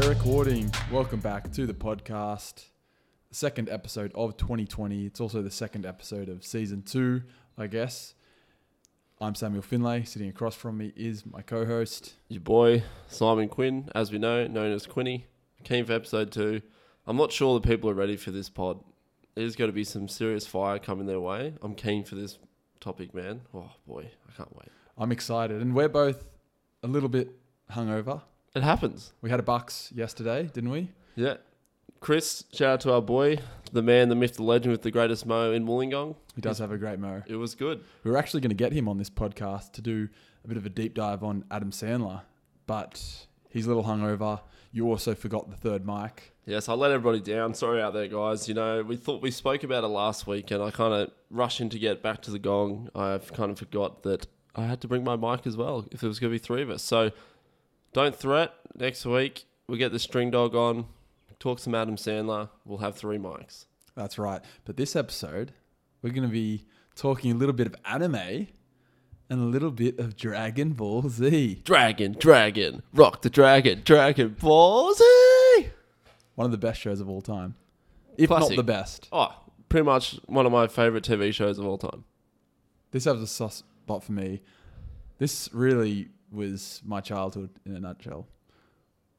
team, welcome back to the podcast. The second episode of 2020. It's also the second episode of season two, I guess. I'm Samuel Finlay. Sitting across from me is my co host. Your boy, Simon Quinn, as we know, known as Quinny, came for episode two. I'm not sure the people are ready for this pod. There's going to be some serious fire coming their way. I'm keen for this topic, man. Oh, boy, I can't wait. I'm excited, and we're both a little bit hungover. It happens. We had a bucks yesterday, didn't we? Yeah. Chris, shout out to our boy, the man, the myth, the legend with the greatest mo in Wollongong. He does have a great mo. It was good. We were actually going to get him on this podcast to do a bit of a deep dive on Adam Sandler, but he's a little hungover. You also forgot the third mic. Yes, I let everybody down. Sorry out there, guys. You know, we thought we spoke about it last week, and I kind of rushing to get back to the gong. I've kind of forgot that I had to bring my mic as well if there was going to be three of us. So don't threat. Next week, we'll get the string dog on, talk some Adam Sandler. We'll have three mics. That's right. But this episode, we're going to be talking a little bit of anime and a little bit of Dragon Ball Z. Dragon, dragon, rock the dragon, dragon Ball Z. One of the best shows of all time, if not Classic. the best. Oh, pretty much one of my favorite TV shows of all time. This has a soft spot for me. This really was my childhood in a nutshell.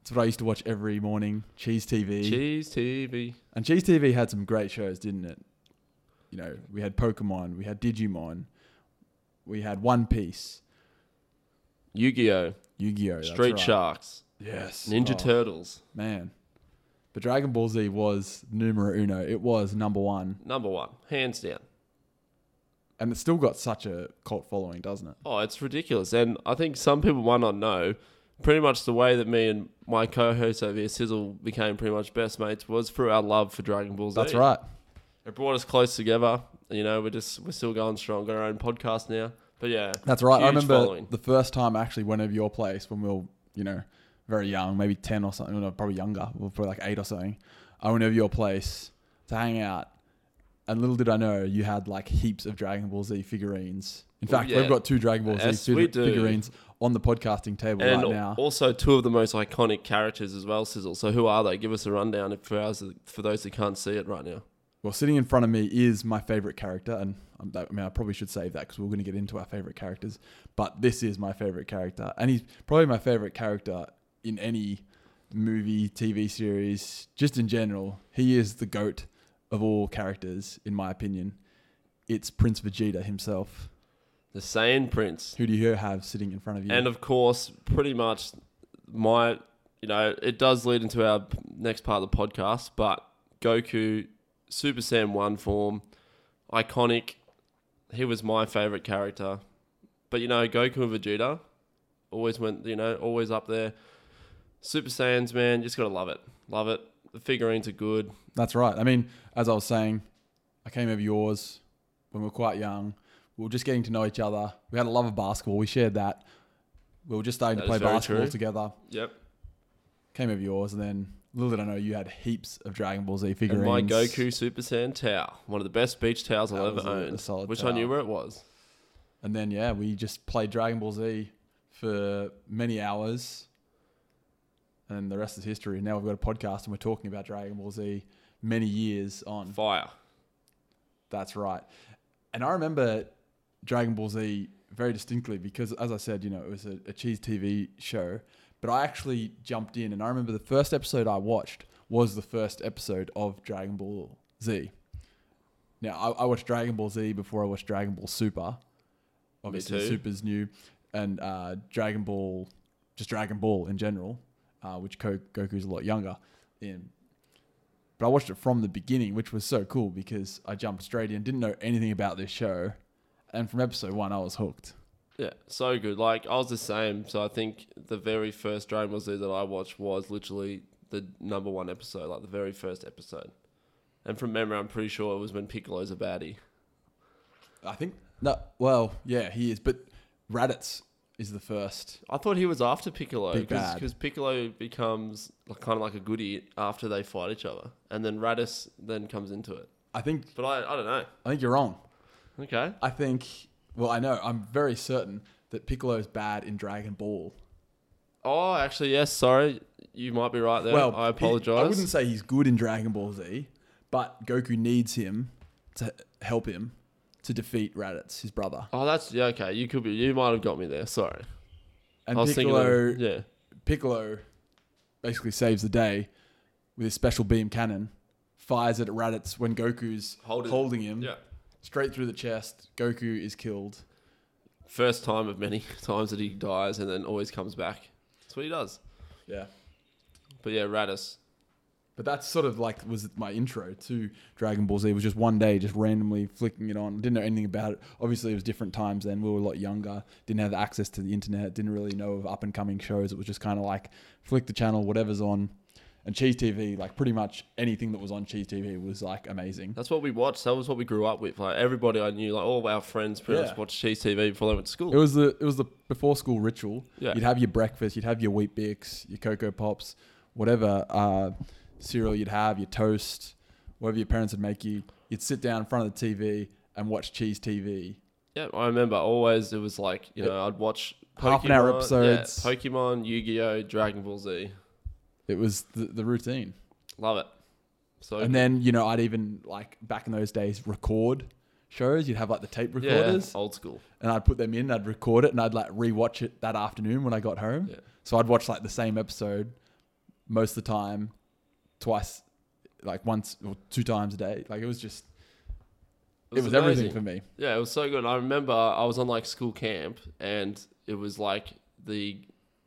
It's what I used to watch every morning, Cheese TV. Cheese TV. And Cheese TV had some great shows, didn't it? You know, we had Pokemon, we had Digimon, we had One Piece, Yu Gi Oh! Yu Gi Oh! Street Sharks. Yes. Ninja Oh, Turtles. Man. But Dragon Ball Z was numero uno. It was number one. Number one, hands down. And it's still got such a cult following, doesn't it? Oh, it's ridiculous. And I think some people might not know, pretty much the way that me and my co host over here, Sizzle, became pretty much best mates was through our love for Dragon Ball Z. That's right. It brought us close together. You know, we're just, we're still going strong. Got our own podcast now. But yeah. That's right. I Huge remember following. the first time I actually went over your place when we were, you know, very young, maybe 10 or something, no, probably younger, we were probably like eight or something. I went over your place to hang out. And little did I know, you had like heaps of Dragon Ball Z figurines. In Well, fact, yeah. we've got two Dragon Ball Yes, Z we fig- do. figurines on the podcasting table And right al- now. also two of the most iconic characters as well, Sizzle. So who are they? Give us a rundown if- for, ours, for those that can't see it right now. Well, sitting in front of me is my favorite character, and um, that, I mean, I probably should save that because we're going to get into our favorite characters. But this is my favorite character, and he's probably my favorite character in any movie, TV series, just in general. He is the goat of all characters, in my opinion. It's Prince Vegeta himself. The Saiyan Prince. Who do you have sitting in front of you? And of course, pretty much my, you know, it does lead into our p- next part of the podcast, but Goku, Super Saiyan 1 form, iconic. He was my favorite character. But, you know, Goku and Vegeta always went, you know, always up there. Super Saiyans, man, just got to love it. Love it. The figurines are good. That's right. I mean, as I was saying, I came over yours when we were quite young. We were just getting to know each other. We had a love of basketball. We shared that. We were just starting That to play is very basketball true. together. Yep. Came over yours, and then little did I know you had heaps of Dragon Ball Z And figurines. my Goku Super Saiyan tower, one of the best beach towers That I'll ever was a- a own, solid which tower. I knew where it was. And then yeah, we just played Dragon Ball Z for many hours, and the rest is history. Now we've got a podcast, and we're talking about Dragon Ball Z many years on. Fire. That's right. And I remember Dragon Ball Z very distinctly because, as I said, you know, it was a, a cheese TV show. But I actually jumped in, and I remember the first episode I watched was the first episode of Dragon Ball Z. Now, I, I watched Dragon Ball Z before I watched Dragon Ball Super. Obviously, too. Super's new, and uh, Dragon Ball, just Dragon Ball in general, uh, which Ko- Goku's a lot younger in but I watched it from the beginning, which was so cool because I jumped straight in, didn't know anything about this show, and from episode one I was hooked. Yeah, so good. Like I was the same. So I think the very first Dragon Ball Z that I watched was literally the number one episode, like the very first episode. And from memory, I'm pretty sure it was when Piccolo's a baddie. I think no, well, yeah, he is, but Raditz is the first. I thought he was after Piccolo Big bad. because Piccolo becomes like, kind of like a goodie after they fight each other, and then Raditz then comes into it. I think But I, I don't know. I think you're wrong. Okay, I think well, I know I'm very certain that Piccolo is bad in Dragon Ball. Oh, actually, yes. Sorry, you might be right there. well, I he- I wouldn't apologize. say he's good in Dragon Ball Z, but Goku needs him to help him to defeat Raditz, his brother. Oh, that's yeah. Okay, you could be. You might have got me there. Sorry, And I was Piccolo, thinking. Of, yeah. Piccolo basically saves the day with his special beam cannon, fires it at Raditz when Goku's Holding- holding, him Yeah. straight through the chest. Goku is killed. First time of many times that he dies and then always comes back. That's what he does. Yeah. But yeah, Radis. But that's sort of like was my intro to Dragon Ball Z. It was just one day, just randomly flicking it on. Didn't know anything about it. Obviously, it was different times then. We were a lot younger. Didn't have access to the internet. Didn't really know of up and coming shows. It was just kind of like flick the channel, whatever's on. And Cheese TV, like pretty much anything that was on Cheese TV was like amazing. That's what we watched. That was what we grew up with. Like everybody I knew, like all our friends pretty Yeah. much watched Cheese TV before they went to It school. was the it was the before school ritual. Yeah. You'd have your breakfast. You'd have your wheat bix, your cocoa pops, whatever uh, cereal you'd have, your toast, whatever your parents would make you. You'd sit down in front of the TV and watch Cheese TV. yeah, I remember always it was like, you know, I'd watch Half an hour Pokemon- episodes. Yeah, Pokemon, Yu Gi Oh!, Dragon Ball Z. It was the, the routine. Love it. So And then you know I'd even like back in those days record shows. You'd have like the tape yeah, recorders, old school. and I'd put them in. I'd record it, and I'd like rewatch it that afternoon when I got home. Yeah. So I'd watch like the same episode most of the time, twice, like once or two times a day. Like it was just, it was, everything amazing. for me. Yeah, it was so good. I remember I was on like school camp and it was like the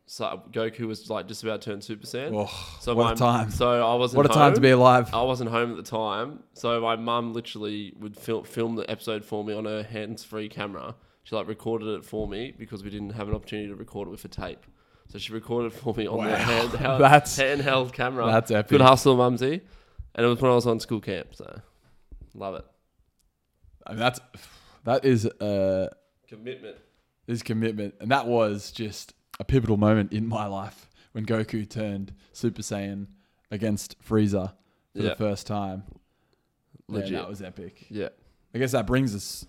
so Goku was like just about to turn Super Saiyan. Oh, so what my, a time. So I wasn't What a time to home. be alive. I wasn't home at the time, so my mum literally would film film the episode for me on her hands-free camera. She like recorded it for me because we didn't have an opportunity to record it with a tape. So she recorded it for me on the Wow. handheld, That's- handheld camera. that's epic. Good hustle, mumsy. And it was when I was on school camp, so love it. I mean, that's that is uh Commitment. is commitment, and that was just a pivotal moment in my life when Goku turned Super Saiyan against Frieza for Yeah. the first time. Legit. Man, that was epic. Yeah. I guess that brings us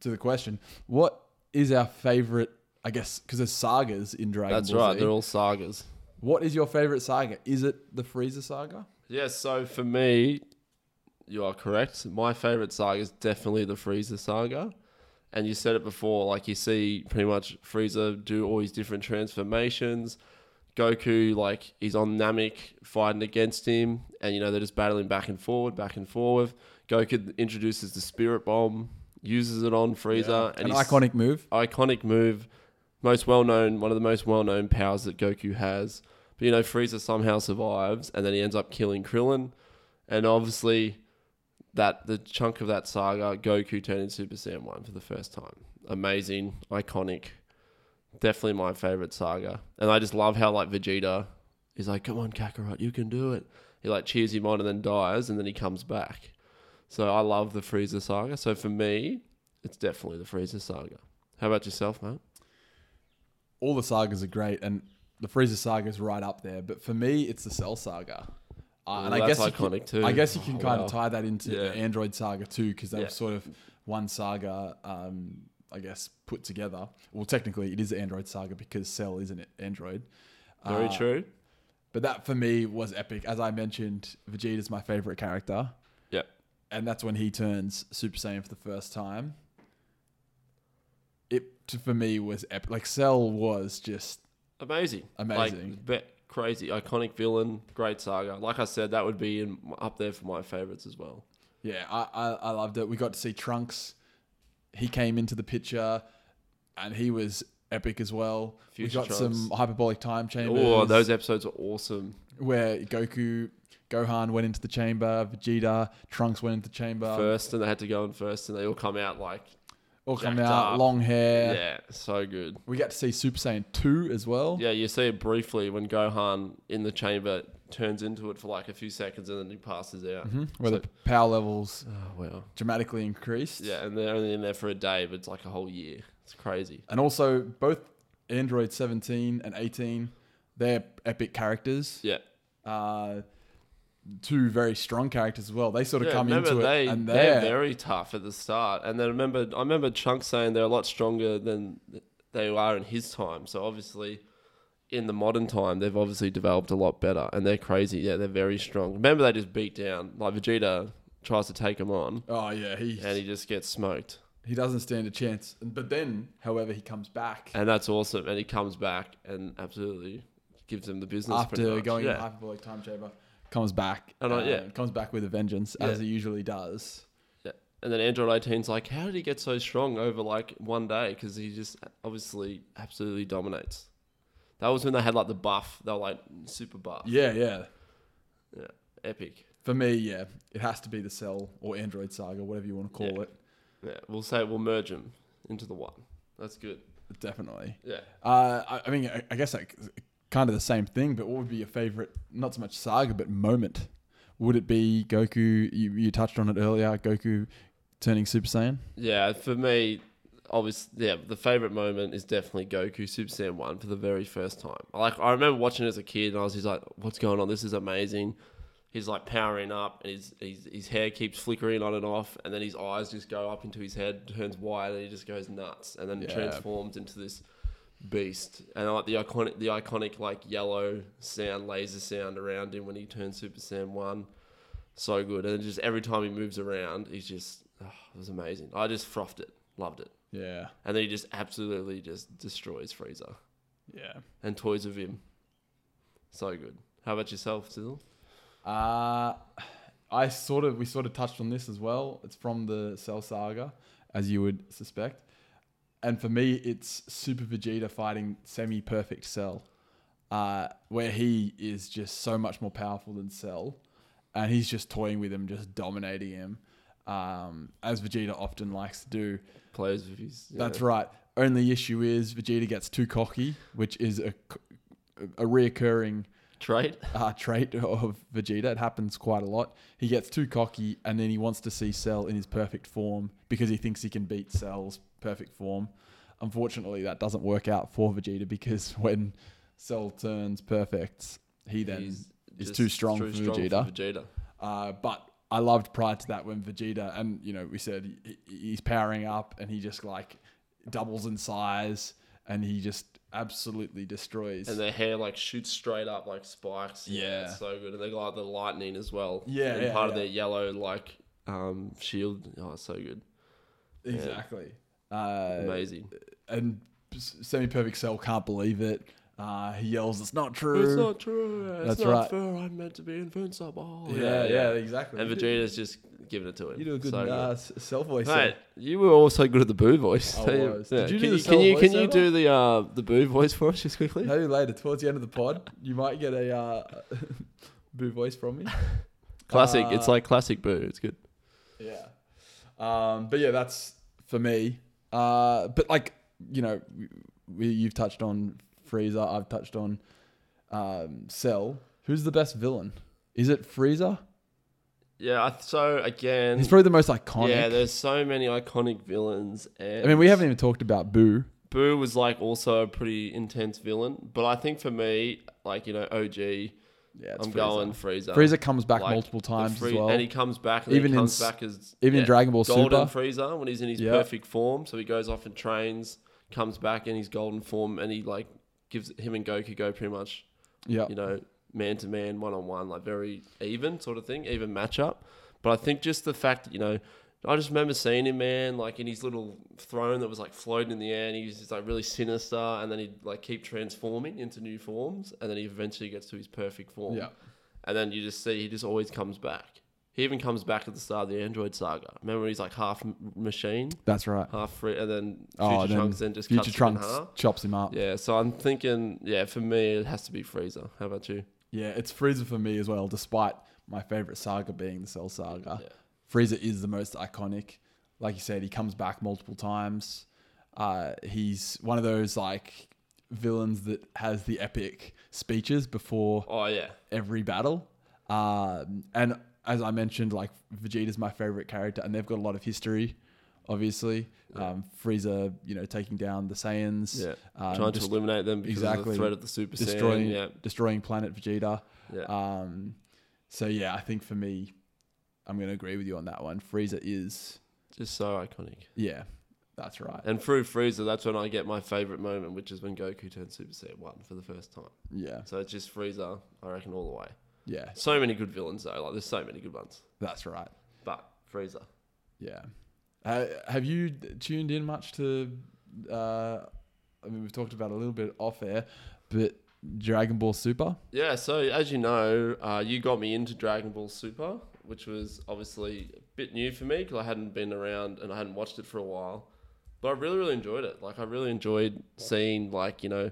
to the question: What is our favorite? I guess because there's sagas in Dragon That's Ball right. Z. They're all sagas. What is your favorite saga? Is it the Frieza saga? Yeah, so for me, you are correct. My favorite saga is definitely the Frieza saga. And you said it before, like you see pretty much Frieza do all these different transformations. Goku, like, he's on Namek fighting against him, and you know, they're just battling back and forward, back and forward. Goku introduces the spirit bomb, uses it on Frieza, An and he's iconic move. iconic move, most well known, one of the most well known powers that Goku has. But you know, Frieza somehow survives, and then he ends up killing Krillin, and obviously, that the chunk of that saga, Goku turned into Super Saiyan One for the first time. Amazing, iconic, definitely my favorite saga, and I just love how like Vegeta, he's like, "Come on, Kakarot, you can do it." He like cheers him on and then dies, and then he comes back. So I love the Frieza saga. So for me, it's definitely the Frieza saga. How about yourself, mate? All the sagas are great, and the Frieza saga is right up there. But for me, it's the Cell saga. Uh, and I that's guess you iconic can, too. I guess you can Oh, kind wow. of tie that into Yeah. the Android saga too, because that Yeah. was sort of one saga. Um, I guess put together. Well, technically, it is the Android saga because Cell isn't it Android. Very Uh, true. But that for me was epic. As I mentioned, Vegeta's my favorite character. Yeah. And that's when he turns Super Saiyan for the first time. It to, for me was epic. Like Cell was just Amazing. Amazing. Like, be- crazy, iconic villain, great saga. Like I said, that would be in, up there for my favorites as well. yeah, I, I I loved it. We got to see Trunks. He came into the picture, and he was epic as well. Future we got Trunks. some hyperbolic time chambers. Oh, those episodes are awesome. where Goku, Gohan went into the chamber. Vegeta, Trunks went into the chamber. first, and they had to go in first, and they all come out like, all come jacked out, up. long hair. yeah, so good. We got to see Super Saiyan 2 as well. Yeah, you see it briefly when Gohan in the chamber turns into it for like a few seconds, and then he passes out. Mhm, Where the power levels Oh, wow. dramatically increased. Yeah, and they're only in there for a day, but it's like a whole year. It's crazy. And also, both Android 17 and 18, they're epic characters. Yeah. Uh, two very strong characters as well. They sort of Yeah, come remember into they, it and they're they're, very tough at the start. And then remember, I remember Chunk saying they're a lot stronger than they are in his time. So obviously, in the modern time, they've obviously developed a lot better, and they're crazy. Yeah, they're very strong. Remember, they just beat down like Vegeta tries to take him on, Oh yeah, he and he just gets smoked. he doesn't stand a chance. But then, however, he comes back And that's awesome. And he comes back and absolutely gives them the business pretty after much. going in yeah. in hyperbolic time chamber. Comes back, And I- uh, yeah. comes back with a vengeance as Yeah. he usually does. Yeah. And then Android 18's like, how did he get so strong over like one day? Because he just obviously absolutely dominates. That was when they had like the buff. They were like super buff. Yeah, yeah. Yeah. Epic. For me, yeah, it has to be the Cell or Android Saga, whatever you want to call Yeah. it. Yeah. We'll say we'll merge them into the one. That's good. Definitely. Yeah. Uh, I, I mean, I, I guess like kind of the same thing, but what would be your favorite, not so much saga, but moment? Would it be Goku? You, you touched on it earlier, Goku turning Super Saiyan? Yeah. For me, obviously, yeah, the favorite moment is definitely Goku Super Saiyan 1 for the very first time. Like, I remember watching it as a kid and I was just like, what's going on? This is amazing. He's like powering up, and his, his his hair keeps flickering on and off, and then his eyes just go up into his head, turns wide, and he just goes nuts, and then Yeah. transforms into this beast. And like the iconic the iconic like yellow sound, laser sound around him when he turns Super Saiyan one, so good. And just every time he moves around, he's just oh, it was amazing. I just frothed it, loved it, Yeah, and then he just absolutely just destroys Freezer yeah. and toys with him. So good. How about yourself, Sizzle? Uh, I sort of we sort of touched on this as well. It's from the Cell Saga, as you would suspect. And for me, it's Super Vegeta fighting semi-perfect Cell, uh, where he is just so much more powerful than Cell, and he's just toying with him, just dominating him, um, as Vegeta often likes to do. Plays with his. yeah. That's right. Only issue is Vegeta gets too cocky, which is a a reoccurring Trade? uh, trait of Vegeta. It happens quite a lot. He gets too cocky and then he wants to see Cell in his perfect form because he thinks he can beat Cell's perfect form. Unfortunately, that doesn't work out for Vegeta because when Cell turns perfect, he then is too strong for Vegeta. Uh, but I loved prior to that when Vegeta, and you know, we said he, he- he's powering up and he just like doubles in size and he just absolutely destroys. And their hair like shoots straight up like spikes. Yeah. It's so good. And they got like the lightning as well. Yeah, And yeah, part of yeah. their yellow like um shield. Oh, it's so good. exactly. Uh, Amazing. and semi perfect cell can't believe it. Uh, he yells, "It's not true." it's not true. It's That's not right. fair. I'm meant to be invincible. yeah, yeah, exactly. And You do- Vegeta's just giving it to him. you do a good So uh, s- cell voice. Mate, you were also good at the boo voice. I Tell you- was. Did you can do the can solo you can you voiceover? do the uh the boo voice for us just quickly? Maybe later, towards the end of the pod, you might get a uh, boo voice from me. Classic. it's Uh, like classic boo. It's good. Yeah. Um, but yeah, that's for me. Uh, but like you know, we, we, you've touched on Freezer. I've touched on um, Cell. Who's the best villain? Is it Freezer? Yeah. I th- So again, He's probably the most iconic. Yeah, there's so many iconic villains, and I mean, we haven't even talked about Boo. Boo was like also a pretty intense villain, but I think for me, like you know, OG, Yeah, I'm going Freezer. Freezer comes back Like, multiple the times Free- as well. and he comes back, and Even even he in comes s- back as even in Dragon Ball Golden Super. Freezer when he's in his Yeah. perfect form. So he goes off and trains, comes back in his golden form, and he like gives him and Goku go pretty much, yeah, you know, man to man, one on one, like very even sort of thing, even matchup. But I think just the fact that you know. I just remember seeing him, man, like in his little throne that was like floating in the air, and he was just like really sinister. And then he'd like keep transforming into new forms, and then he eventually gets to his perfect form. yeah, And then you just see he just always comes back. He even comes back at the start of the Android saga. Remember when he's like half m- machine, that's right. half free, and then Future Oh, then Trunks then just Future cuts Trunks him in half. chops him up. Yeah. Yeah, so I'm thinking, yeah, for me it has to be Freezer. How about you? it's Freezer for me as well. Despite my favorite saga being the Cell Saga, Yeah. Freezer is the most iconic. Like you said, he comes back multiple times. Uh, he's one of those like villains that has the epic speeches before Oh yeah, every battle. Um, and as I mentioned, like Vegeta's my favorite character, and they've got a lot of history, obviously. Um, Frieza, you know, taking down the Saiyans, yeah. um, Trying dest- to eliminate them because of exactly. the threat of the Super destroying Saiyan. Yeah, destroying planet Vegeta. yeah. Um, so yeah, I think for me, I'm gonna agree with you on that one. Frieza is just so iconic. yeah, That's right. And through Freezer, that's when I get my favorite moment, which is when Goku turns Super Saiyan 1 for the first time. Yeah. So it's just Freezer, I reckon, all the way. Yeah. So many good villains, though. Like, there's so many good ones. That's right. But Freezer. Yeah. Uh, have you d- tuned in much to? Uh, I mean, we've talked about it a little bit off air, but Dragon Ball Super. Yeah, so as you know, uh, you got me into Dragon Ball Super, which was obviously a bit new for me because I hadn't been around and I hadn't watched it for a while. But I really, really enjoyed it. Like, I really enjoyed seeing, like, you know,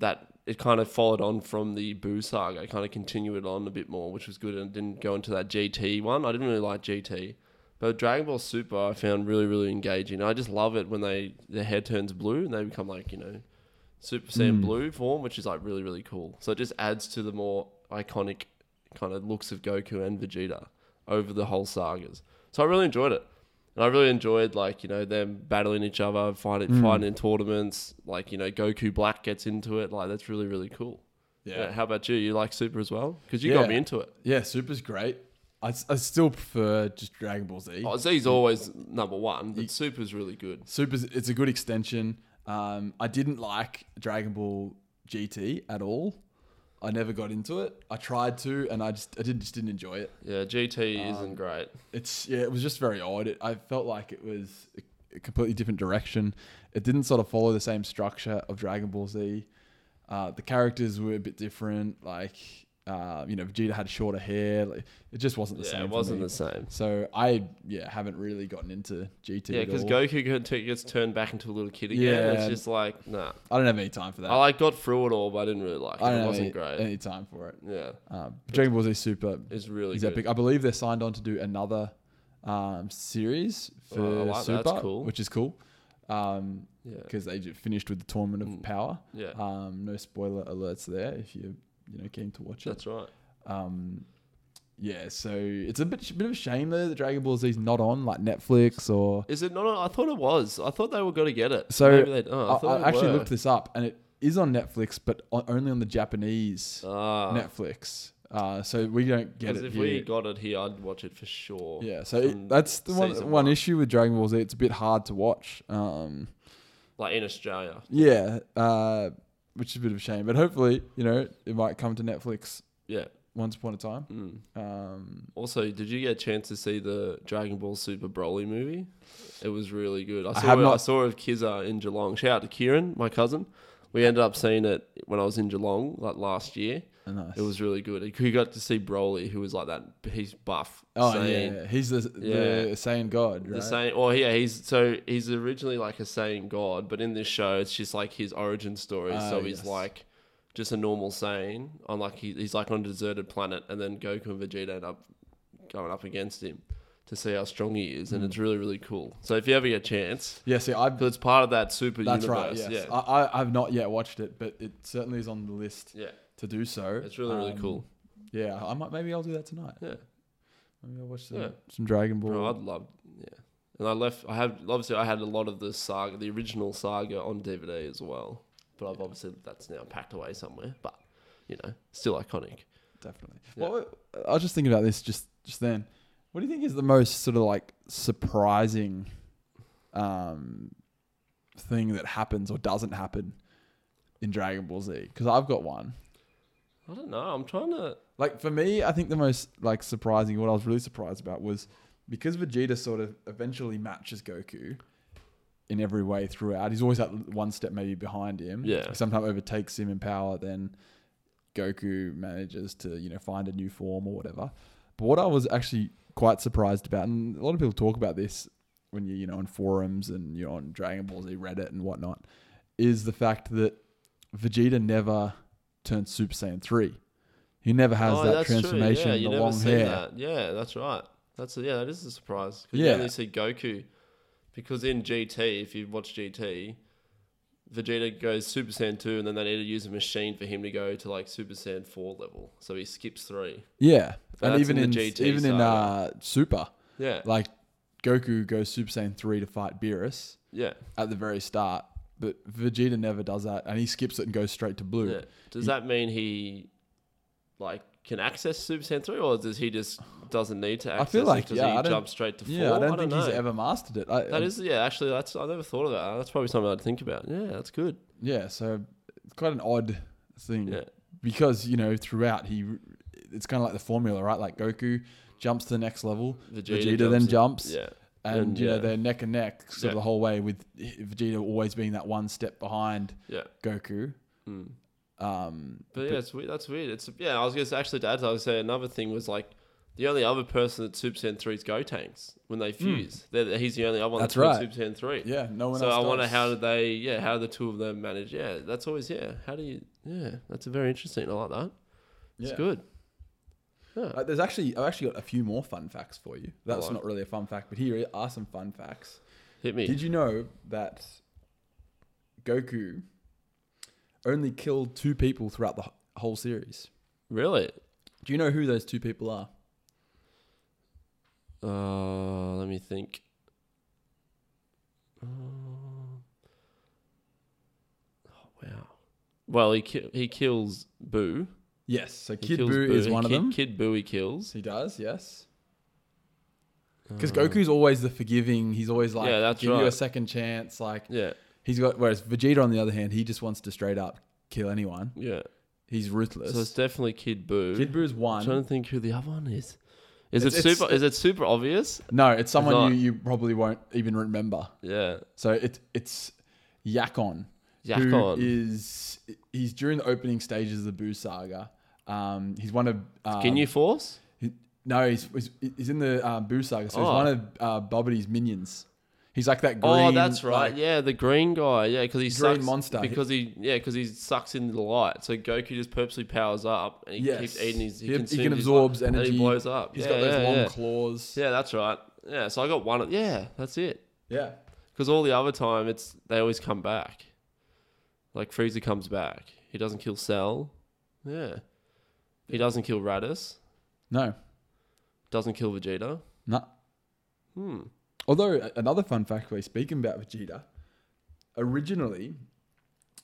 that it kind of followed on from the Boo saga. It kind of continued on a bit more, which was good. And it didn't go into that GT one. I didn't really like GT. But Dragon Ball Super, I found really, really engaging. I just love it when they their hair turns blue and they become, like, you know, Super Saiyan Mm. Blue form, which is like really, really cool. So it just adds to the more iconic kind of looks of Goku and Vegeta over the whole sagas. So I really enjoyed it. And I really enjoyed like, you know, them battling each other, fighting Mm. fighting in tournaments, like, you know, Goku Black gets into it. Like that's really, really cool. Yeah. How about you? You like Super as well? Because you Yeah. got me into it. Yeah, Super's great. I, s- I still prefer just Dragon Ball Z. Oh, Z's always number one, Ye- but Super's really good. Super's it's a good extension. Um, I didn't like Dragon Ball GT at all. I never got into it. I tried to, and I just I did, just didn't enjoy it. Yeah, GT Um, isn't great. It's yeah, it was just very odd. It, I felt like it was a, a completely different direction. It didn't sort of follow the same structure of Dragon Ball Z. Uh, the characters were a bit different. Like uh, you know, Vegeta had shorter hair. Like, it just wasn't the Yeah, same. it for wasn't me. the same. So I yeah haven't really gotten into GT. Yeah, at because all. Goku get- t- gets turned back into a little kid again. Yeah. It's just like, nah. I don't have any time for that. I like got through it all, but I didn't really like it. I don't Oh, It have wasn't any, great. any time for it. yeah, Um, Dragon Ball Z Super it's really is good. epic. I believe they're signed on to do another um, series for Oh, I like that. Super, That's cool. which is cool Um, because Yeah, they ju- finished with the Tournament of Mm. Power. yeah, Um, no spoiler alerts there if you you know keen to watch it. that's right. Um, yeah, so it's a bit, bit of a shame though that Dragon Ball Z is not on like Netflix or Is it not? on- I thought it was. I thought they were going to get it. So, Maybe they, oh, I, I, thought I it actually were. looked this up and it is on Netflix, but on, only on the Japanese Ah, Netflix. Uh, so we don't get because it if here. we got it here, I'd watch it for sure. yeah, so it, from that's the one, season one one. issue with Dragon Ball Z. It's a bit hard to watch. Um, like in Australia. yeah, uh, which is a bit of a shame. But hopefully, you know, it might come to Netflix Yeah. once upon a time. Mm. Um, Also, did you get a chance to see the Dragon Ball Super Broly movie? It was really good. I I saw have it, I not- saw it with Kizza in Geelong. Shout out to Kieran, my cousin. We ended up seeing it when I was in Geelong, like last year. and nice. It was really good. We got to see Broly, who was like that. He's buff. oh Saiyan. yeah, he's the the Yeah. Saiyan God, right? The same. Well, yeah, he's so he's originally like a Saiyan god, but in this show, it's just like his origin story. Oh, so he's yes. like just a normal Saiyan on like he, he's like on a deserted planet, and then Goku and Vegeta end up going up against him to see how strong he is, Hmm. and it's really really cool. So if you ever get a chance, Yeah, see, I've because it's part of that super that's right. universe, Yes, yeah, I, I I've not yet watched it, but it certainly is on the list yeah, to do so. it's really really Um, cool. Yeah, I might maybe I'll do that tonight. Yeah, Maybe I'll watch some, Yeah. some Dragon Ball. bro, I'd love yeah. And I left. I have obviously I had a lot of the saga, the original saga, on DVD as well. But I've obviously that's now packed away somewhere. But you know, still iconic. Definitely. Yeah. Well, I was just thinking about this just just then. What do you think is the most sort of like surprising um, thing that happens or doesn't happen in Dragon Ball Z? Because I've got one. I don't know. I'm trying to. Like for me, I think the most like surprising, what I was really surprised about was because Vegeta sort of eventually matches Goku in every way throughout. He's always that l- one step maybe behind him. Yeah. He sometimes overtakes him in power. Then Goku manages to you know find a new form or whatever. But what I was actually quite surprised about, and a lot of people talk about this when you you know on forums and you're on Dragon Ball Z Reddit and whatnot, is the fact that Vegeta never turns Super Saiyan three. He never has Oh, that that's true, transformation, Yeah, you the never long see hair. that. Yeah, that's right. That's a, yeah, that is a surprise. 'Cause Yeah. you only see Goku because in GT, if you watch GT, Vegeta goes Super Saiyan two, and then they need to use a machine for him to go to like Super Saiyan four level. So he skips three. Yeah, That's and even in in, the GT even in uh, saga. Super, Yeah, like Goku goes Super Saiyan three to fight Beerus yeah. at the very start, but Vegeta never does that, and he skips it and goes straight to blue. Yeah. Does You- that mean he like can access Super Saiyan 3, or does he just doesn't need to access feel like, it? Does yeah, he I don't- jump straight to 4? Yeah, I don't think he's know. ever mastered it. I, That is, yeah, actually, that's I never thought of that. That's probably something I'd think about. Yeah, that's good. yeah. So it's quite an odd thing. Yeah. because you know throughout he it's kind of like the formula right like goku jumps to the next level vegeta, then in- jumps Yeah. and, and you know yeah. they're neck and neck sort Yeah. of the whole way with vegeta always being that one step behind Yeah. goku Mm. um But yeah, it's weird. That's weird. It's yeah. I was going to actually to add. to that, I was gonna say another thing was like the only other person that Super Saiyan three is Gotenks when they fuse. They're, he's the only other one Hmm. That's that's, called right. Super Saiyan three. yeah no one So else I wonder does. how did they? Yeah, how the two of them manage? Yeah, that's always yeah. How do you? Yeah, that's a very interesting. I like that. It's Yeah. good. Yeah. Uh, there's actually I've actually got a few more fun facts for you. That's Alright. not really a fun fact, but here are some fun facts. Hit me. Did you know that Goku only killed two people throughout the wh- whole series? really? Do you know who those two people are? Uh, let me think. Uh, oh, wow. Well, he ki- he kills Boo. Yes, so He Kid kills Boo is He one of ki- them. Kid Boo he kills. He does, yes. Because Uh, Goku's always the forgiving. He's always like, Yeah, that's give you a right. second chance. Like Yeah, he's got. Whereas Vegeta, on the other hand, he just wants to straight up kill anyone. yeah. He's So it's ruthless. definitely Kid Boo. Kid Boo's I'm one. trying to think who the other one is. Is It's- it it's- super? Is it super obvious? No, it's someone not. you, you probably won't even remember. Yeah. So it it's Yakon. Yakon. Who is he's during the opening stages of the Boo saga. Um, he's one of um, Can you force? he- no, he's, he's he's in the uh, Boo saga. So he's Oh. one of uh, Bobbity's minions. He's like that green. oh, that's right. like, yeah, the green guy. Yeah, because he Green sucks monster. Because he yeah, because he sucks in the light. So Goku just purposely powers up and he Yes. keeps eating his. He, He- he consumes can his absorb light, and then energy. he blows up. He's yeah, got those yeah, long yeah. claws. yeah, that's right. Yeah, so I got one. of- Yeah, that's it. Yeah. Because all the other time, it's they always come back. Like Frieza comes back. He doesn't kill Cell. Yeah. He doesn't kill Raditz. No. Doesn't kill Vegeta. No. Hmm. Although a- another fun fact we're speaking about Vegeta, originally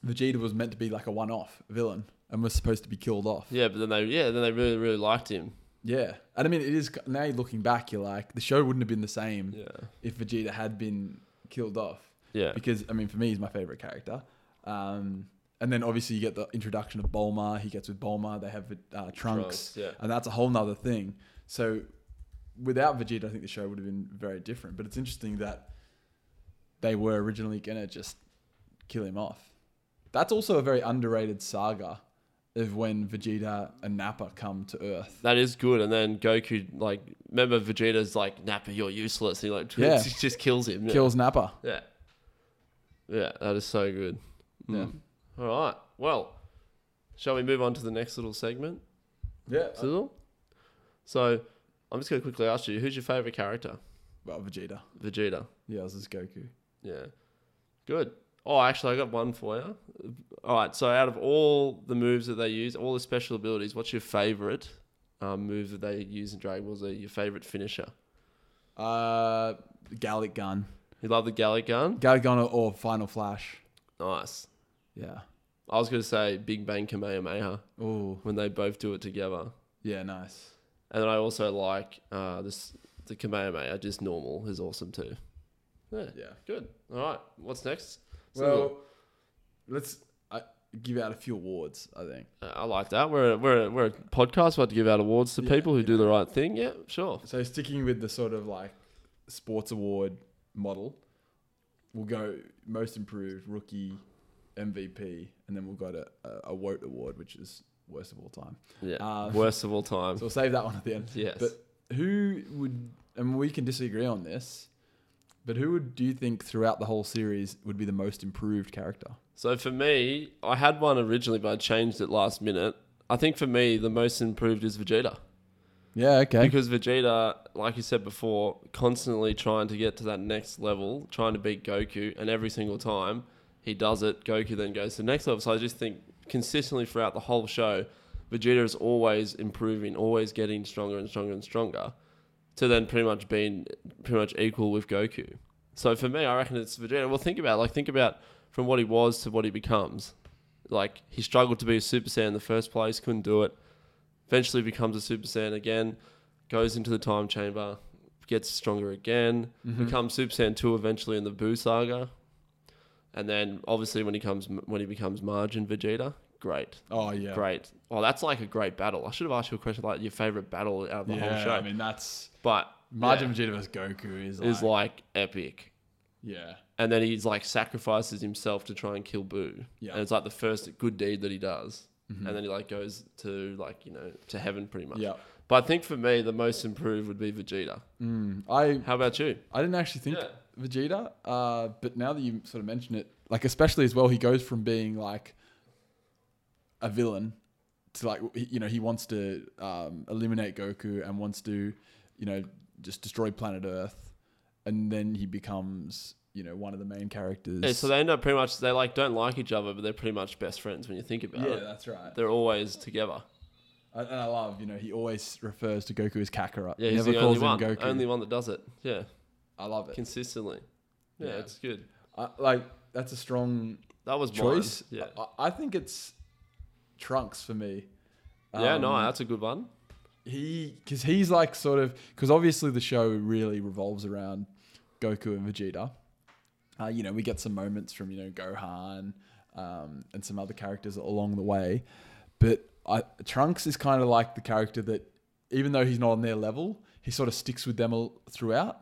Vegeta was meant to be like a one-off villain and was supposed to be killed off. Yeah, but then they yeah then they really really liked him. Yeah, and I mean, it is now you're looking back, you're like the show wouldn't have been the same Yeah. if Vegeta had been killed off Yeah. because I mean, for me, he's my favorite character. Um, and then obviously you get the introduction of Bulma. He gets with Bulma. They have uh, Trunks, Trunks, yeah. and that's a whole nother thing. So without Vegeta, I think the show would have been very different. But it's interesting that they were originally gonna just kill him off. That's also a very underrated saga of when Vegeta and Nappa come to Earth. That is good. And then Goku like remember Vegeta's like Nappa, you're useless. He like Yeah. just, just kills him. Yeah. kills Nappa. Yeah. Yeah, that is so good. Mm. All right. Well, shall we move on to the next little segment? Yeah. Yeah. Sizzle? So I'm just gonna quickly ask you, who's your favorite character? Well, Vegeta. Vegeta. Yeah, this is Goku. Yeah. Good. Oh, actually, I got one for you. All right. So, out of all the moves that they use, all the special abilities, what's your favorite um, move that they use in Dragon Ball Z? Your favorite finisher? Uh, Gallic Gun. You love the Gallic Gun? Gallic Gun or, or Final Flash. Nice. Yeah. I was going to say Big Bang Kamehameha Oh, when they both do it together. yeah, nice. And then I also like uh, this the Kamehameha, just normal, is awesome too. Yeah. Yeah. Good. All right. What's next? Well, let's uh, give out a few awards, I think. Uh, I like that. We're a, we're a, we're a podcast. We have to give out awards to Yeah, people who you do the right thing. Yeah, sure. So, sticking with the sort of like sports award model, we'll go most improved, rookie, MVP, and then we'll go to a, a WOT award, which is worst of all time. Yeah. Uh, Worst of all time. So, we'll save that one at the end. yes. But who would, and we can disagree on this, but who would do you think throughout the whole series would be the most improved character? so for me, I had one originally, but I changed it last minute. I think for me, the most improved is Vegeta. Yeah, okay. Because Vegeta, like you said before, constantly trying to get to that next level, trying to beat Goku, and every single time he does it, Goku then goes to the next level. So I just think consistently throughout the whole show, Vegeta is always improving, always getting stronger and stronger and stronger, to then pretty much being pretty much equal with Goku. So for me, I reckon it's Vegeta. Well, think about it. like think about from what he was to what he becomes. Like he struggled to be a Super Saiyan in the first place, couldn't do it. Eventually becomes a Super Saiyan again, goes into the time chamber, gets stronger again, Mm-hmm. becomes Super Saiyan 2 eventually in the Boo saga. And then obviously when he comes when he becomes Margin Vegeta, great. Oh yeah, Great. Well, that's like a great battle. I should have asked you a question like your favorite battle out of the yeah. whole show. I mean that's but Majin Vegeta versus Goku is yeah, like, is like epic. yeah, And then he's like sacrifices himself to try and kill Boo. Yeah. Mm-hmm. And it's like the first good deed that he does. And then he like goes to like, you know, to heaven pretty much. yeah. But I think for me the most improved would be Vegeta. Mm. I How about you? I didn't actually think Yeah. Vegeta, uh, but now that you sort of mention it, like especially as well, he goes from being like a villain to like he- you know he wants to um, eliminate Goku and wants to you know just destroy planet Earth, and then he becomes you know one of the main characters. Yeah, so they end up pretty much they like don't like each other, but they're pretty much best friends when you think about yeah, it. that's right. They're always together. I, and I love you know he always refers to Goku as Kakarot. Yeah, he's never the calls only him one, Goku. only one that does it. Yeah, I love it. consistently. Yeah, Yeah. it's good. I, like that's a strong That was choice. Mine. Yeah, I, I think it's Trunks for me. yeah, Um, no, that's a good one. He, because he's like sort of, because obviously the show really revolves around Goku and Vegeta. Uh, you know, we get some moments from you know Gohan um, and some other characters along the way, but I, Trunks is kind of like the character that, even though he's not on their level, he sort of sticks with them all throughout.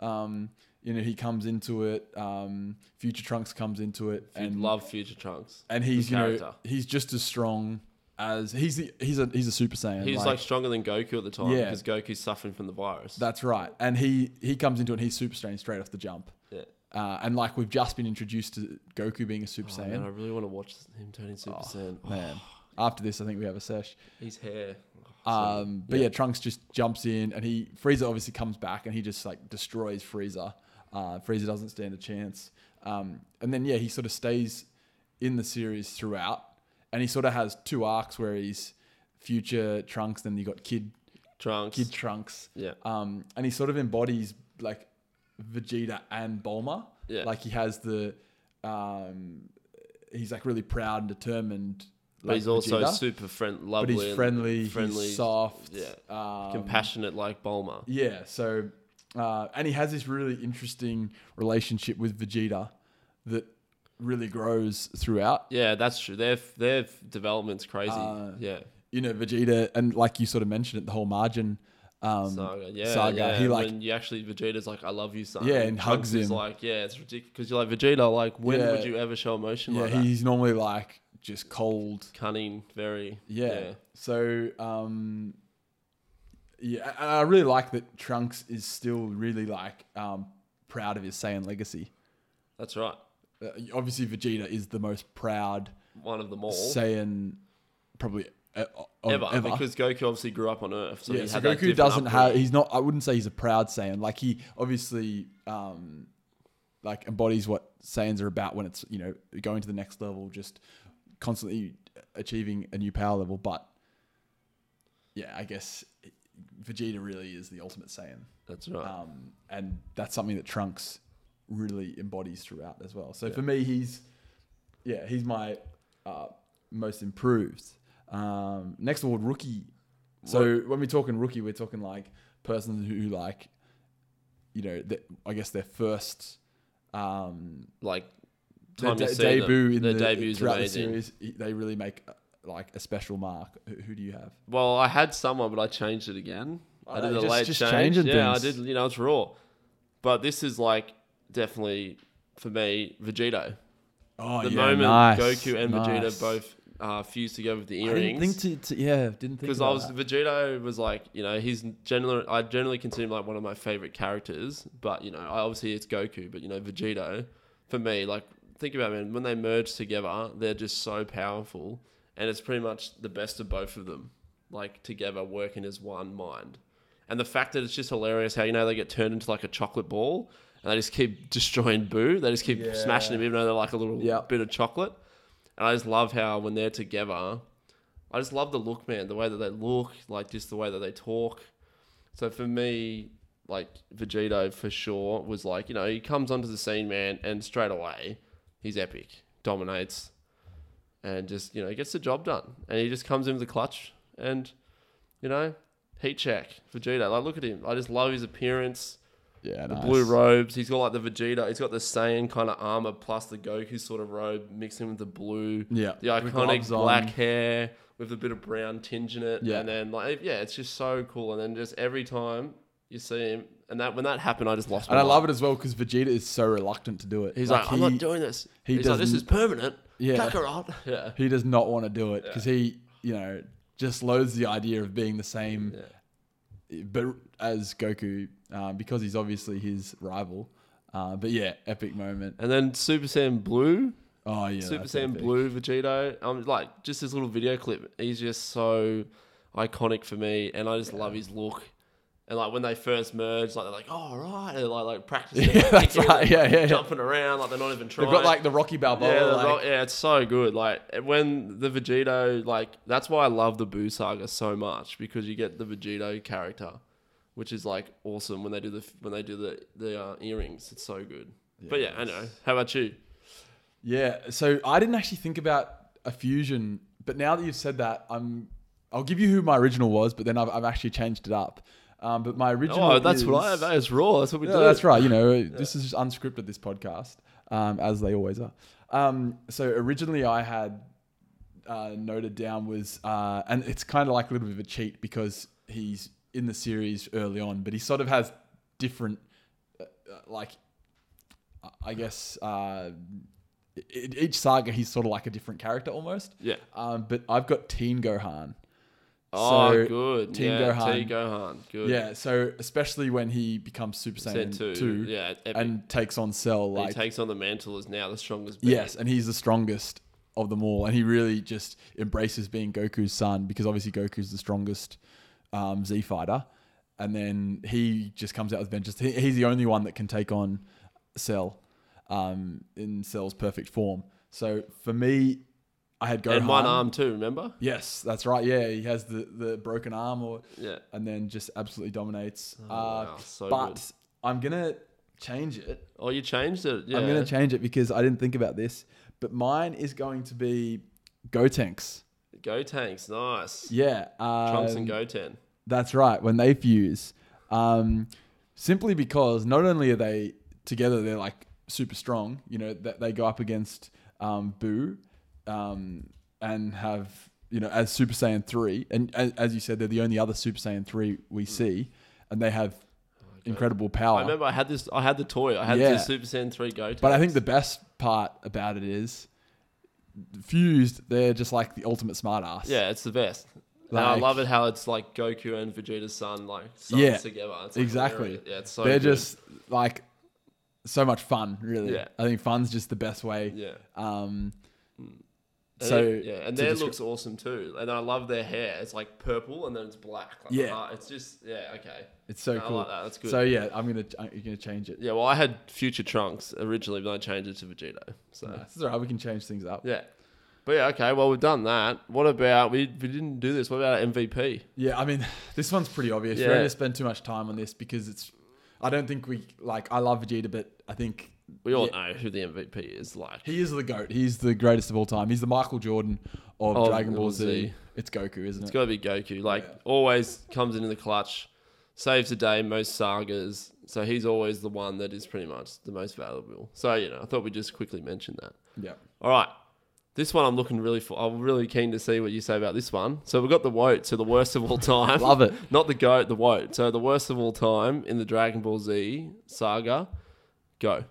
Um, you know, he comes into it. Um, Future Trunks comes into it, You'd and love Future Trunks. and he's the you know character. he's just as strong as he's the, he's a he's a Super Saiyan. He was like stronger than Goku at the time Yeah. because Goku's suffering from the virus. that's right, and he he comes into it. and He's Super Saiyan straight off the jump, yeah. uh, and like we've just been introduced to Goku being a Super Oh, man, I Saiyan. really want to watch him turning Super Saiyan. Oh, Man, after this, I think we have a sesh. his hair. Oh, Um, but yeah. Trunks just jumps in, and he Frieza obviously comes back, and he just like destroys Frieza. Uh, Frieza doesn't stand a chance. Um, and then yeah, he sort of stays in the series throughout, and he sort of has two arcs where he's future Trunks, then you got Kid Trunks. Kid Trunks. Yeah. Um, and he sort of embodies like Vegeta and Bulma. Yeah. Like he has the, um, he's like really proud and determined. but like he's also Vegeta, super friend, but lovely. he's and friendly, friendly, he's soft, yeah. um, compassionate like Bulma. Yeah. So, uh, and he has this really interesting relationship with Vegeta that really grows throughout. Yeah, that's true. Their their development's crazy. Uh, yeah, You know, Vegeta, and like you sort of mentioned it, the whole margin. Um, saga. Yeah, saga, yeah. he, like- when you actually Vegeta's like, "I love you, son." Yeah, and Trunks hugs is him. Like, yeah, it's ridiculous because you're like Vegeta. Like, when Yeah. would you ever show emotion yeah, like that? he's normally like just cold, Cunning, very. Yeah. So, um, yeah, and I really like that Trunks is still really like um, proud of his Saiyan legacy. that's right. Uh, obviously, Vegeta is the most proud One of them all. Saiyan, probably uh, of ever, ever. because Goku obviously grew up on Earth. So yeah, he so had that Goku different doesn't have. upbringing. He's not. I wouldn't say he's a proud Saiyan. Like he obviously, um, like embodies what Saiyans are about when it's you know going to the next level, just constantly achieving a new power level. But yeah, I guess Vegeta really is the ultimate Saiyan, That's right. um, and that's something that Trunks really embodies throughout as well. So for me, he's yeah, he's my uh, most improved. Um, next award, rookie. So when we're talking rookie, we're talking like persons who like, you know, th- I guess their first, um, like their time de- you see debut them, in their the debut's throughout amazing. the series, he- they really make uh, like a special mark. Who, who do you have? Well, I had someone, but I changed it again. I Oh, did a just- late just change. changing Yeah, things. I did. You know, it's raw. But this is like definitely for me Vegito. Oh, The moment Goku and Vegeta both uh, fused together with the I didn't earrings. think to, to yeah, didn't think Because I about was that. Vegito was like you know he's generally I generally consider him like one of my favorite characters, but you know I obviously it's Goku, but you know Vegito for me like think about it, man when they merge together they're just so powerful and it's pretty much the best of both of them like together working as one mind, and the fact that it's just hilarious how you know they get turned into like a chocolate ball and they just keep destroying Boo, they just keep Yeah. smashing him even though they're like a little Yeah. bit of chocolate, and I just love how when they're together. I just love the look, man. The way that they look, like just the way that they talk. So for me, like Vegito for sure was like, you know, he comes onto the scene, man, and straight away he's epic, dominates, and just you know gets the job done. And he just comes in with a clutch, and You know, heat check Vegeta. Like, look at him. I just love his appearance. Yeah, The nice. blue robes. He's got like the Vegeta. He's got the Saiyan kind of armor plus the Goku sort of robe mixing with the blue. Yeah, The with iconic gloves on. black hair with a bit of brown tinge in it. Yeah. And then like yeah, it's just so cool. And then just every time you see him, and that when that happened, I just lost. And my I mind. love it as well because Vegeta is so reluctant to do it. He's like, I'm he- not doing this. he He's like, this doesn't- is permanent. Yeah. Kakarot. Yeah. He does not want to do it because he, you know, just loathes the idea of being the same, but as Goku, um, because he's obviously his rival. Uh, but yeah, epic moment. And then Super Saiyan Blue, Oh yeah, Super that's Saiyan epic. Blue Vegito. Um, like just this little video clip. He's just so iconic for me, and I just love his look. And like when they first merge, like they're like, "Oh right," they're like like practicing, Yeah, that's kicking, right. Yeah, yeah, yeah. jumping around, like they're not even trying. They've got like the Rocky Balboa. yeah, the like, ro- yeah, it's so good. Like when the Vegito, like that's why I love the Boo Saga so much because you get the Vegito character, which is like awesome when they do the when they do the the uh, earrings. It's so good. But yeah, I know. How about you? Yeah, so I didn't actually think about a fusion, but now that you've said that, I'm I'll give you who my original was, but then I've, I've actually changed it up. Um, but my original Oh, that's is, what I have. That is raw. That's what we Yeah, do. that's right. You know, this is just unscripted this podcast, um, as they always are. Um, so originally I had uh, noted down was, uh, and it's kind of like a little bit of a cheat because he's in the series early on, but he sort of has different, uh, uh, like, I- I guess, uh, e- e- each saga he's sort of like a different character almost. Yeah. Um, but I've got Teen Gohan. Oh, So, good. Team yeah, Gohan. Team Gohan. Good. Yeah, so especially when he becomes Super Said Saiyan 2, two. Yeah. Epic. and takes on Cell, he like, takes on the mantle. Is now the strongest. being. Yes, and he's the strongest of them all, and he really just embraces being Goku's son because obviously Goku's the strongest um, Z fighter, and then he just comes out with vengeance. He, he's the only one that can take on Cell um, in Cell's perfect form. So for me, I had Gohan. And one arm too. Remember? Yes, that's right. Yeah, he has the the broken arm, or Yeah. and then just absolutely dominates. uh, Oh, wow, so but good. I'm gonna change it. Oh, you changed it. Yeah. I'm going to change it because I didn't think about this, but mine is going to be Gotenks. Go tanks. Nice. Yeah. Um, Trunks and Goten. That's right. When they fuse, um, simply because not only are they together, they're like super strong. You know that they go up against um, Boo um, and have you know as Super Saiyan three, and as, as you said, they're the only other Super Saiyan three we Mm. see, and they have incredible power. I remember I had this. I had the toy. I had uh, Yeah. the Super Saiyan three Goten. But I think the best part about it is fused, they're just like the ultimate smartass. yeah, it's the best. and I Like- love it how it's like Goku and Vegeta's son, like sons Yeah, together. It's like Exactly. hilarious. Yeah, it's so. they're good. just like so much fun, really. Yeah. I think fun's just the best way. yeah. Um And so they- yeah, and to their descri- looks awesome too. And I love their hair. It's like purple and then it's black. Like Yeah. the heart- it's just yeah. Okay. it's so I cool. like that. That's good. So yeah, I'm gonna I'm gonna change it. Yeah. Well, I had Future Trunks originally, but I changed it to Vegeta. So Nice. It's alright, we can change things up. yeah. But yeah, okay. Well, we've done that. What about we? We didn't do this. What about our MVP? Yeah, I mean, this one's pretty obvious. We're Yeah. not gonna spend too much time on this because it's. I don't think we like. I love Vegeta, but I think We all Yeah. know who the MVP is. Like He is the goat. He's the greatest of all time. He's the Michael Jordan of Of Dragon Ball Ball Z. Z. It's Goku, isn't It's it? got to be Goku. Like Yeah. always comes into the clutch, saves the day in most sagas. So he's always the one that is pretty much the most valuable. So you know, I thought we would just quickly mention that. Yeah. All right, this one I'm looking really for. I'm really keen to see what you say about this one. So we've got the Woat, so the worst of all time. Love it. Not the goat, the Woat. So the worst of all time in the Dragon Ball Z saga. Go.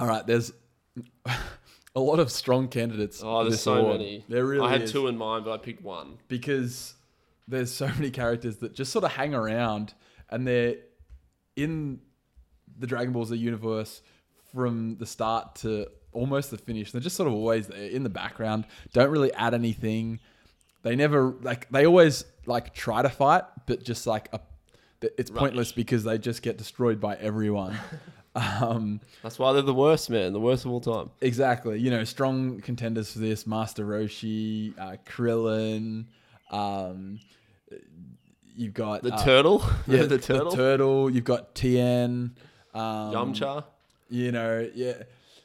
All right. There's a lot of strong candidates. Oh, for there's this so award. many. There really I had is. two in mind, but I picked one. because there's so many characters that just sort of hang around and they're in the Dragon Ball Z universe from the start to almost the finish. They're just sort of always there in the background, don't really add anything. They never like they always like try to fight, but just like a, it's pointless because they just get destroyed by everyone. um, That's why they're the worst, man. The worst of all time. Exactly. You know, strong contenders for this: Master Roshi, uh, Krillin. Um, you've got The uh, turtle. yeah, the turtle. turtle. You've got Tien. Um, Yamcha. You know, yeah.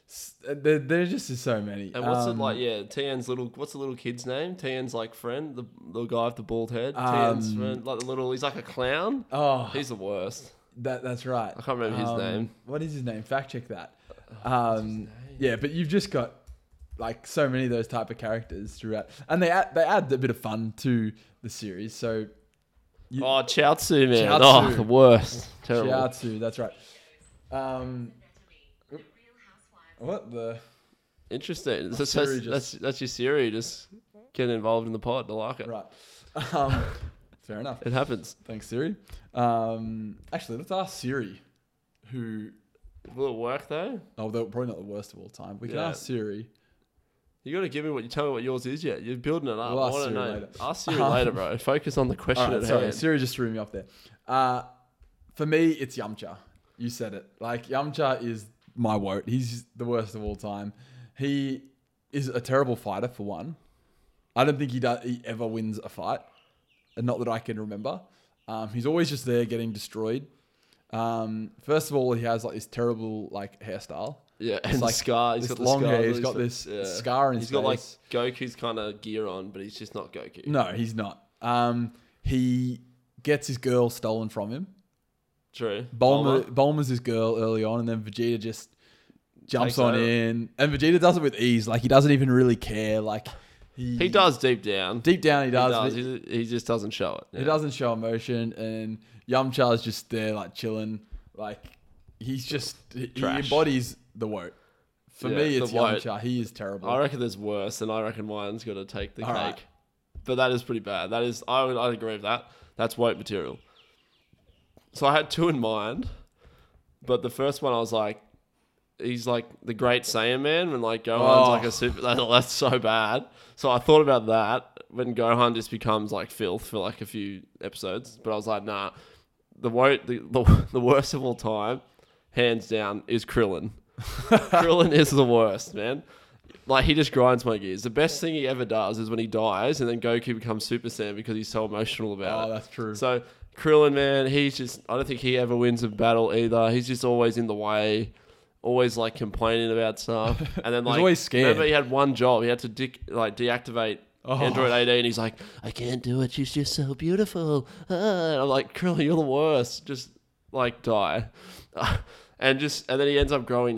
S- uh, There, there just is so many. And what's Um, it like? Yeah, Tian's little. What's the little kid's name? Tian's like friend, the the guy with the bald head. Tian's Um, friend, like the little. He's like a clown. Oh, He's the worst. that that's right. I can't remember his Um, name. Uh, What is his name? Fact check that. what's his Um, name? yeah, but you've just got like so many of those type of characters throughout, and they add, they add a bit of fun to the series. So you- Oh, Chaozu man. Chaozu. Oh, the worst. Terrible. Shiatsu, that's right. Um, what the? Interesting. That's, Siri that's, just- that's that's your Siri. Just get involved in the pod. I like it. Right. Um, fair enough. It happens. Thanks, Siri. Um, actually, let's ask Siri, who Will it work though? although probably not the worst of all time. We can Yeah. ask Siri. You gotta give me what you tell me what yours is yet. You're building it up. We'll I ask want to Siri know. later. Ask Siri Um, later, bro. Focus on the All question right, at sorry, hand. Siri just threw me off there. Uh, for me, it's Yamcha. You said it. Like Yamcha is my woat. He's the worst of all time. He is a terrible fighter for one. I don't think he does. He ever wins a fight, and not that I can remember. Um, he's always just there getting destroyed. Um, first of all, he has like this terrible like hairstyle. Yeah, and like scar. He's this got the long scar, hair, on he's his got fa- this scar in his He's got like face. Goku's kind of gear on, but he's just not Goku. No, he's not. Um, he gets his girl stolen from him. True. Bulma, Bulma. Bulma's his girl early on, and then Vegeta just jumps Takes on over. in, and Vegeta does it with ease. Like he doesn't even really care. Like he, He does deep down. deep down, he he does. but does. He, He, he just doesn't show it. Yeah. doesn't show emotion, and Yamcha's just there, like chilling. Like he's just he, he Trash. embodies the woke. For Yeah, me, the it's woke. Yamcha. He is terrible. I reckon there's worse, and I reckon mine's got to take the All cake. right. But that is pretty bad. That is, I would, I'd agree with that. That's white material. So I had two in mind, but the first one I was like, he's like the Great Saiyan man, when like Gohan's Oh. like a super. That, that's so bad. So I thought about that when Gohan just becomes like filth for like a few episodes. But I was like, nah, the wo- the, the, the worst of all time, hands down, is Krillin. Krillin is the worst, man. Like he just grinds my gears. The best thing he ever does is when he dies, and then Goku becomes Super Saiyan because he's so emotional about oh, it. that's true. So Krillin, man, he's just—I don't think he ever wins a battle either. He's just always in the way, always like complaining about stuff, and then like always scared. Remember, he had one job. He had to dic- like deactivate. Oh. Android 18, he's like, I can't do it. She's just so beautiful. Ah. And I'm like, Krillin, you're the worst. Just like die, and just and then he ends up growing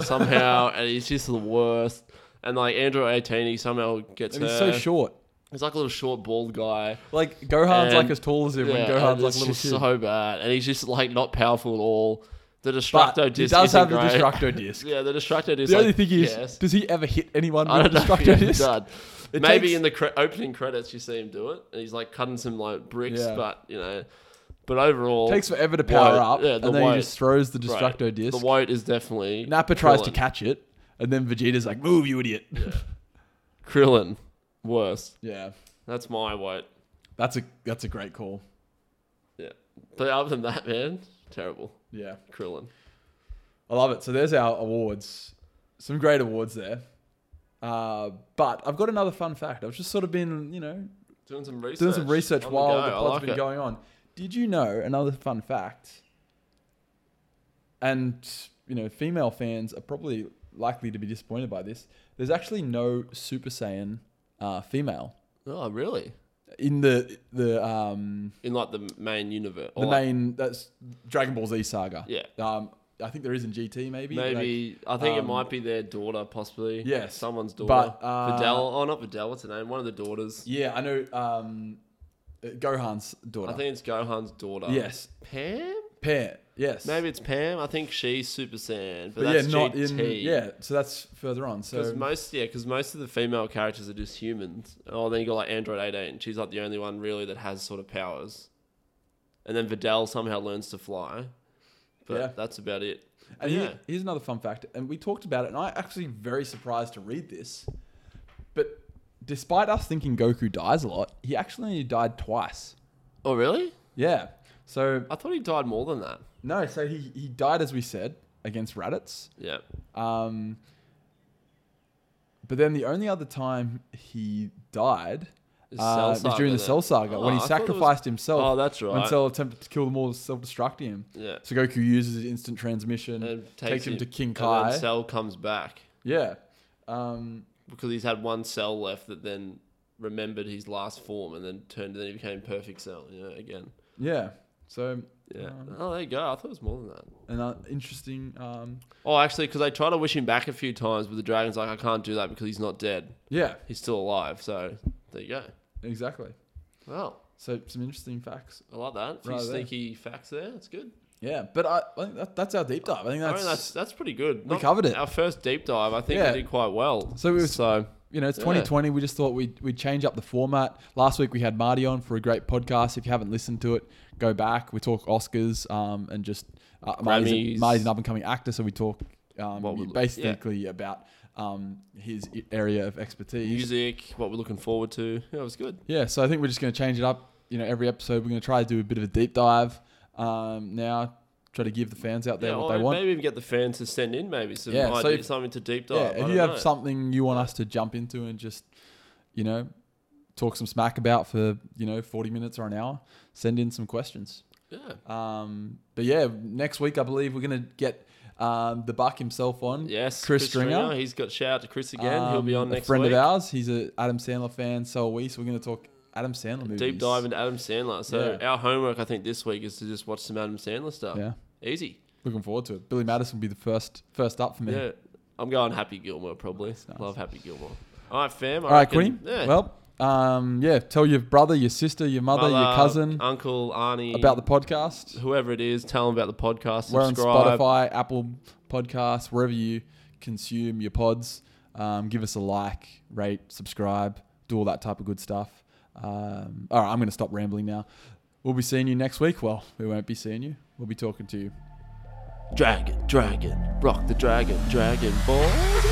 somehow, and he's just the worst. And like Android 18, he somehow gets and he's her. so short. He's like a little short, bald guy. Like Gohan's like And- as tall as him, when Yeah, Gohan's and like it's a little just kid. so bad, and he's just like not powerful at all. The but destructo he disc does isn't have the great. destructo disc. Yeah, the destructo disc. The only like, thing is, yes. does he ever hit anyone I with don't the know if he destructo ever disc? done. It Maybe takes- in the cre- opening credits you see him do it, and he's like cutting some like bricks, Yeah. but you know, but overall takes forever to power Wout- up, yeah, the and then Wout- he just throws the right, destructo disc. The white is definitely Nappa tries to Krillin. catch it, and then Vegeta's like, "Move, you idiot!" Yeah, Krillin. Worse. That's my white. that's a that's a great call. Yeah, but other than that, man, terrible. Yeah, Krillin. I love it. So there's our awards. Some great awards there. Uh, but I've got another fun fact. I've just sort of been, you know, Doing some research. doing some research On while go, the I pod's like been it. going on. Did you know another fun fact? And you know, female fans are probably likely to be disappointed by this. There's actually no Super Saiyan uh, female Oh, really? in the the um, In like the main universe. the main that's Dragon Ball Z saga. Yeah. Um, I think there is in GT maybe. like- Maybe I think um, it might be their daughter, possibly. Yes, someone's daughter. but, uh, Videl. Oh, not Videl. What's her name? One of the daughters. yeah, I know. Um, uh, Gohan's daughter. I think it's Gohan's daughter. yes. Pam. Pair. Yes. Maybe it's Pam. I think she's Super Saiyan, but, But yeah, that's not GT. in. Yeah. So that's further on. Because So most, yeah, 'cause most of the female characters are just humans. Oh, then you got like Android 18. She's like the only one really that has sort of powers. And then Videl somehow learns to fly. But Yeah. that's about it. And yeah. here- here's another fun fact, and we talked about it, and I actually very surprised to read this. But despite us thinking Goku dies a lot, he actually only died twice. Oh, really? Yeah. So I thought he died more than that. no, so he, he died as we said against Raditz. Yeah. Um, but then the only other time he died, Is Uh, Cell it was Saga during the then? Cell Saga Oh, when I he thought it was- sacrificed himself Oh, that's right. when Cell attempted to kill them all, self-destructing him. yeah. So Goku uses his instant transmission, And takes him to King And Kai. then Cell comes back yeah, um, because he's had one cell left that then remembered his last form and then turned and then he became perfect cell, you know, again. yeah. So Yeah. Um, oh, there you go. I thought it was more than that. an uh, interesting. Um, Oh, actually, because I tried to wish him back a few times, but the dragon's like, I can't do that because he's not dead. yeah, He's still alive. So there you go. exactly. Well, So some interesting facts. I like that. A few Right there. sneaky facts there. That's good. Yeah, but I, I think that, that's our deep dive. I think I that's, mean, that's that's pretty good. we covered it. Our first deep dive, I think Yeah. we did quite well. So we was- so you know it's Yeah. 2020. We just thought we'd we'd change up the format. Last week we had Marty on for a great podcast. If you haven't listened to it, go back. We talk Oscars um, and just uh, Marty's, Grammys. Marty's an up and coming actor, so we talk um, What we- basically about um, his i- area of expertise. music, what we're looking forward to. Yeah, it was good. Yeah, so I think we're just going to change it up. You know, every episode we're going to try to do a bit of a deep dive. Um, now try to give the fans out there yeah, what or they want. Maybe even get the fans to send in maybe some Yeah, yeah, so ideas, if- something to deep dive. yeah, I if don't you have know. something you want us to jump into and just, you know, talk some smack about for you know forty minutes or an hour, send in some questions. yeah. Um, but yeah, next week I believe we're going to get um, the Buck himself on. Yes, Chris Stringer. He's got shout out to Chris again. He'll be Um, on A next friend week. of ours. He's a Adam Sandler fan. So are we. So we're going to talk Adam Sandler movies. Deep dive into Adam Sandler. So Yeah. our homework, I think, this week is to just watch some Adam Sandler stuff. Yeah, Easy. looking forward to it. Billy Madison will be the first first up for me. Yeah, I'm going Happy Gilmore probably. nice. Love Happy Gilmore. All right, fam. I All right, Quinny. reckon- Yeah. Well, um, yeah, tell your brother, your sister, your mother, your cousin uncle, Arnie, about the podcast. whoever it is. Tell them about the podcast. We're on subscribe. Spotify, Apple Podcasts, wherever you consume your pods. Um, give us a like, rate, subscribe, do all that type of good stuff. Um, all right, I'm going to stop rambling now. We'll be seeing you next week. Well, we won't be seeing you. We'll be talking to you. Dragon, dragon, rock the dragon, dragon boys.